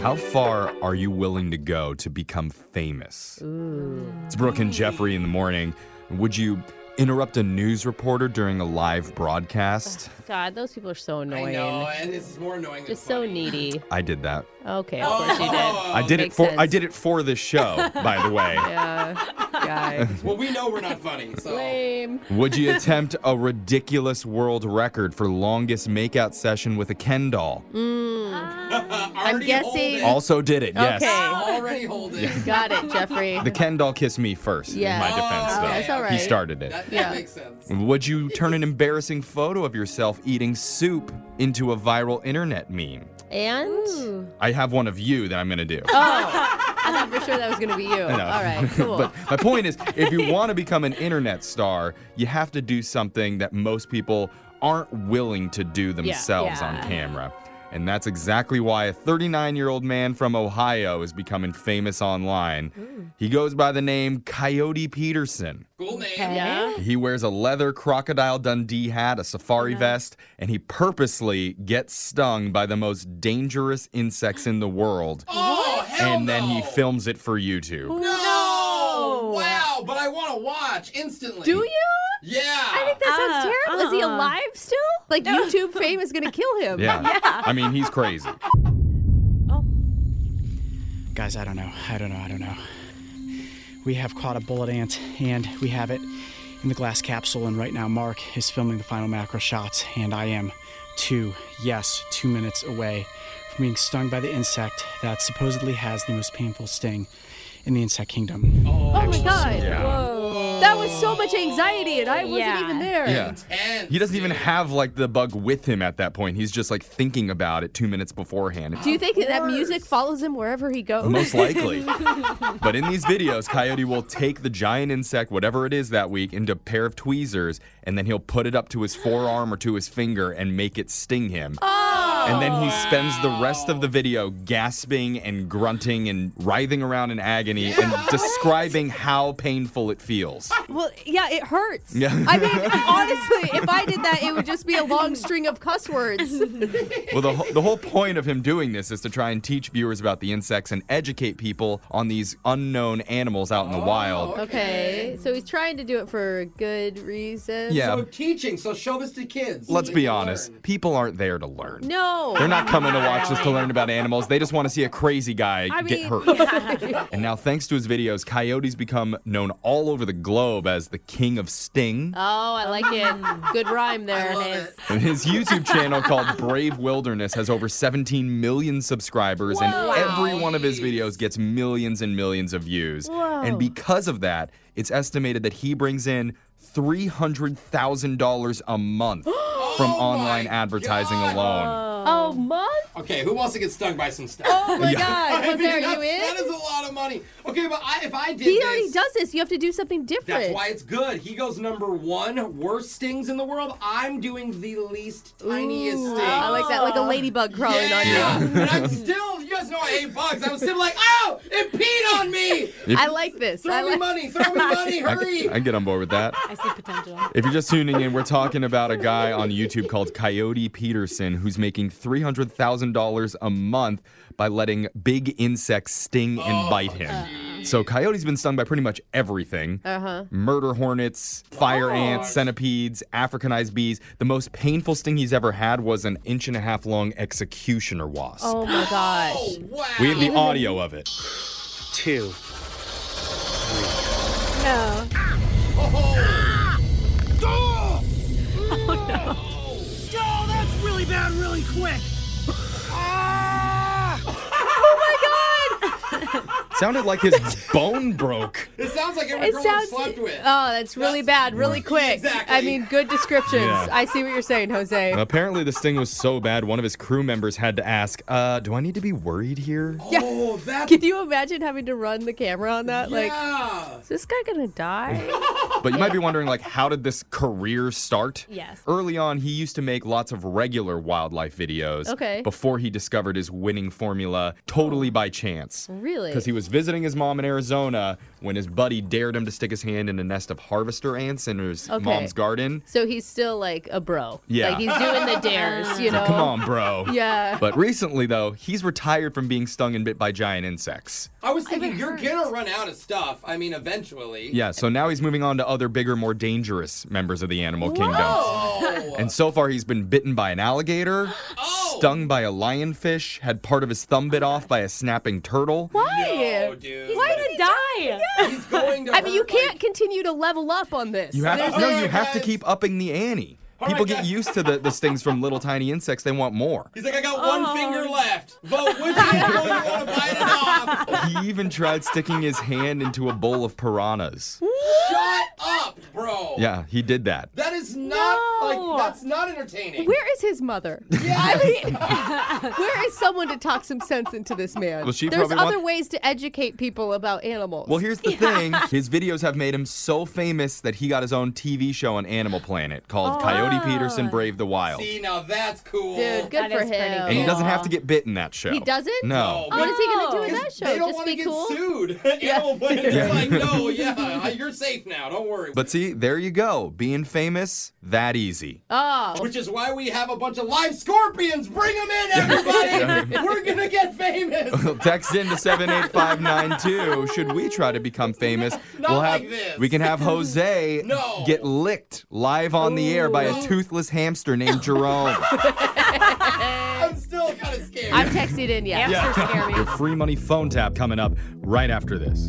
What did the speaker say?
How far are you willing to go to become famous? Ooh. It's Brooke and Jeffrey in the morning. Would you interrupt a news reporter during a live broadcast? God, those people are so I annoying. know, and it's more annoying. Than Just so funny. needy. I did that. Okay, of course you did. I did it makes for I sense. did it for this show, by the way. Yeah. God. Well, we know we're not funny, so Lame. Would you attempt a ridiculous world record for longest makeout session with a Ken doll? Mm. I'm guessing- Also did it, yes. Okay. Already holding. Got it, Jeffrey. The Ken doll kissed me first. Yeah. In my defense, Oh, though. that's all He right. started it. That, that Yeah. makes sense. Would you turn an embarrassing photo of yourself eating soup into a viral internet meme? And? I have one of you that I'm going to do. I thought for sure that was going to be you. All right, cool. but my point is, if you want to become an internet star, you have to do something that most people aren't willing to do themselves Yeah. on camera. And that's exactly why a 39 year old man from Ohio is becoming famous online. He goes by the name Coyote Peterson. Cool name. yeah. He wears a leather crocodile Dundee hat, a safari vest, and he purposely gets stung by the most dangerous insects in the world. Oh, hell and then he no. films it for YouTube. No! Wow, but I want to watch instantly. Do you? Yeah. That sounds Uh, terrible. Is he uh-uh. alive still? Like, YouTube fame is going to kill him. Yeah. I mean, he's crazy. Guys, I don't know. I don't know. I don't know. We have caught a bullet ant, and we have it in the glass capsule. And right now, Mark is filming the final macro shots, and I am two, yes, two minutes away from being stung by the insect that supposedly has the most painful sting in the insect kingdom. Oh my God. Yeah. Whoa. That was so much anxiety, and I wasn't Yeah. even there. Yeah. Intense, He doesn't even dude. have like the bug with him at that point. He's just like thinking about it two minutes beforehand. Do you think that music follows him wherever he goes? Most likely. but in these videos, Coyote will take the giant insect, whatever it is that week, into a pair of tweezers, and then he'll put it up to his forearm or to his finger and make it sting him. And then he spends the rest of the video gasping and grunting and writhing around in agony and describing how painful it feels. Well, yeah, it hurts. Yeah. I mean, honestly, if I did that, it would just be a long string of cuss words. Well, the, wh- the whole point of him doing this is to try and teach viewers about the insects and educate people on these unknown animals out in the Oh, wild. Okay, so he's trying to do it for a good reason. Yeah. So teaching, so show this to kids. Let's They be can honest. learn. People aren't there to learn. No. They're not coming to watch this to learn about animals. They just want to see a crazy guy I get mean, hurt. And now, thanks to his videos, Coyote's become known all over the globe as the king of sting. Oh, I like it. Good rhyme there. I love it. And his YouTube channel called Brave Wilderness has over 17 million subscribers, Whoa. and every one of his videos gets millions and millions of views. And because of that, it's estimated that he brings in $300,000 a month from Oh online my advertising God. alone. Oh, month? Okay, who wants to get stung by some stuff? Oh my I God. Was mean, there, that's- you That in? is a lot of money. Okay, but I, if I did He this, already does this. You have to do something different. That's why it's good. He goes number one, worst stings in the world. I'm doing the least tiniest sting. Oh, I like that, like a ladybug crawling on you. yeah. and I'm still, you guys know I hate bugs. I'm still like, oh, it peed on me. I like this. Throw I me like- money, throw me money, hurry. I, I get on board with that. I see potential. If you're just tuning in, we're talking about a guy on YouTube called Coyote Peterson who's making $300,000 a month by letting big insects sting Oh, and bite him. So Coyote's been stung by pretty much everything. Uh-huh. Murder hornets, fire ants, centipedes, Africanized bees. The most painful sting he's ever had was an inch and a half long executioner wasp. Oh my gosh. oh, wow. We have the audio of it. Two. No. Oh, Sounded like his bone broke. It sounds like every It girl sounds. I've slept with. Oh, that's really bad, really quick. Exactly. I mean, good descriptions. Yeah. I see what you're saying, Jose. Apparently, the sting was so bad, one of his crew members had to ask, uh, Do I need to be worried here? Oh, that. Can you imagine having to run the camera on that? Like, yeah. is this guy gonna die? But you might be wondering, like, how did this career start? Yes. Early on, he used to make lots of regular wildlife videos. Okay. Before he discovered his winning formula totally by chance. really? Because he was visiting his mom in Arizona when his his buddy dared him to stick his hand in a nest of harvester ants in his Okay. mom's garden. So he's still like a bro. Yeah. Like he's doing the dares, you know? Come on, bro. Yeah. But recently, though, he's retired from being stung and bit by giant insects. I was thinking you're gonna run out of stuff. I mean, eventually. Yeah, so now he's moving on to other bigger, more dangerous members of the animal kingdom. Oh. And so far, he's been bitten by an alligator, Oh. stung by a lionfish, had part of his thumb bit off by a snapping turtle. Why? No, dude. He's gonna die. He's going to I mean, you hurt, can't continue to level up on this. You have There's to, no, a- you have to guys. keep upping the ante. All People right, get guys. used to the, the stings from little tiny insects. They want more. He's like, I got one Oh. finger left. Vote which animal you want to bite it off. He even tried sticking his hand into a bowl of piranhas. Shut up, bro. Yeah, he did that. That is not No. like that's not entertaining. Where is his mother? I mean, where is someone to talk some sense into this man? Well, she There's probably other want- ways to educate people about animals. Well, here's the thing his videos have made him so famous that he got his own TV show on Animal Planet called Coyote Peterson Brave the Wild. See, now that's cool. Dude, good That for is pretty him. cool. And he doesn't have to get bit in that show. He doesn't? No. No. What is he going to do in Oh. that show? they don't Just want to be get cool? sued. Animal Planet is like, no, yeah, you're safe now. Don't worry. But see, there you go. Being famous, that easy. Oh. which is why we have a bunch of live scorpions. Bring them in, everybody. We're gonna get famous. Text in to 78592. Should we try to become famous? Not have, like this. We can have Jose No. get licked live on the air by a toothless hamster named Jerome. I'm still kind of scared. I've texted in yet. Hamsters scare me. Your free money phone tab coming up right after this.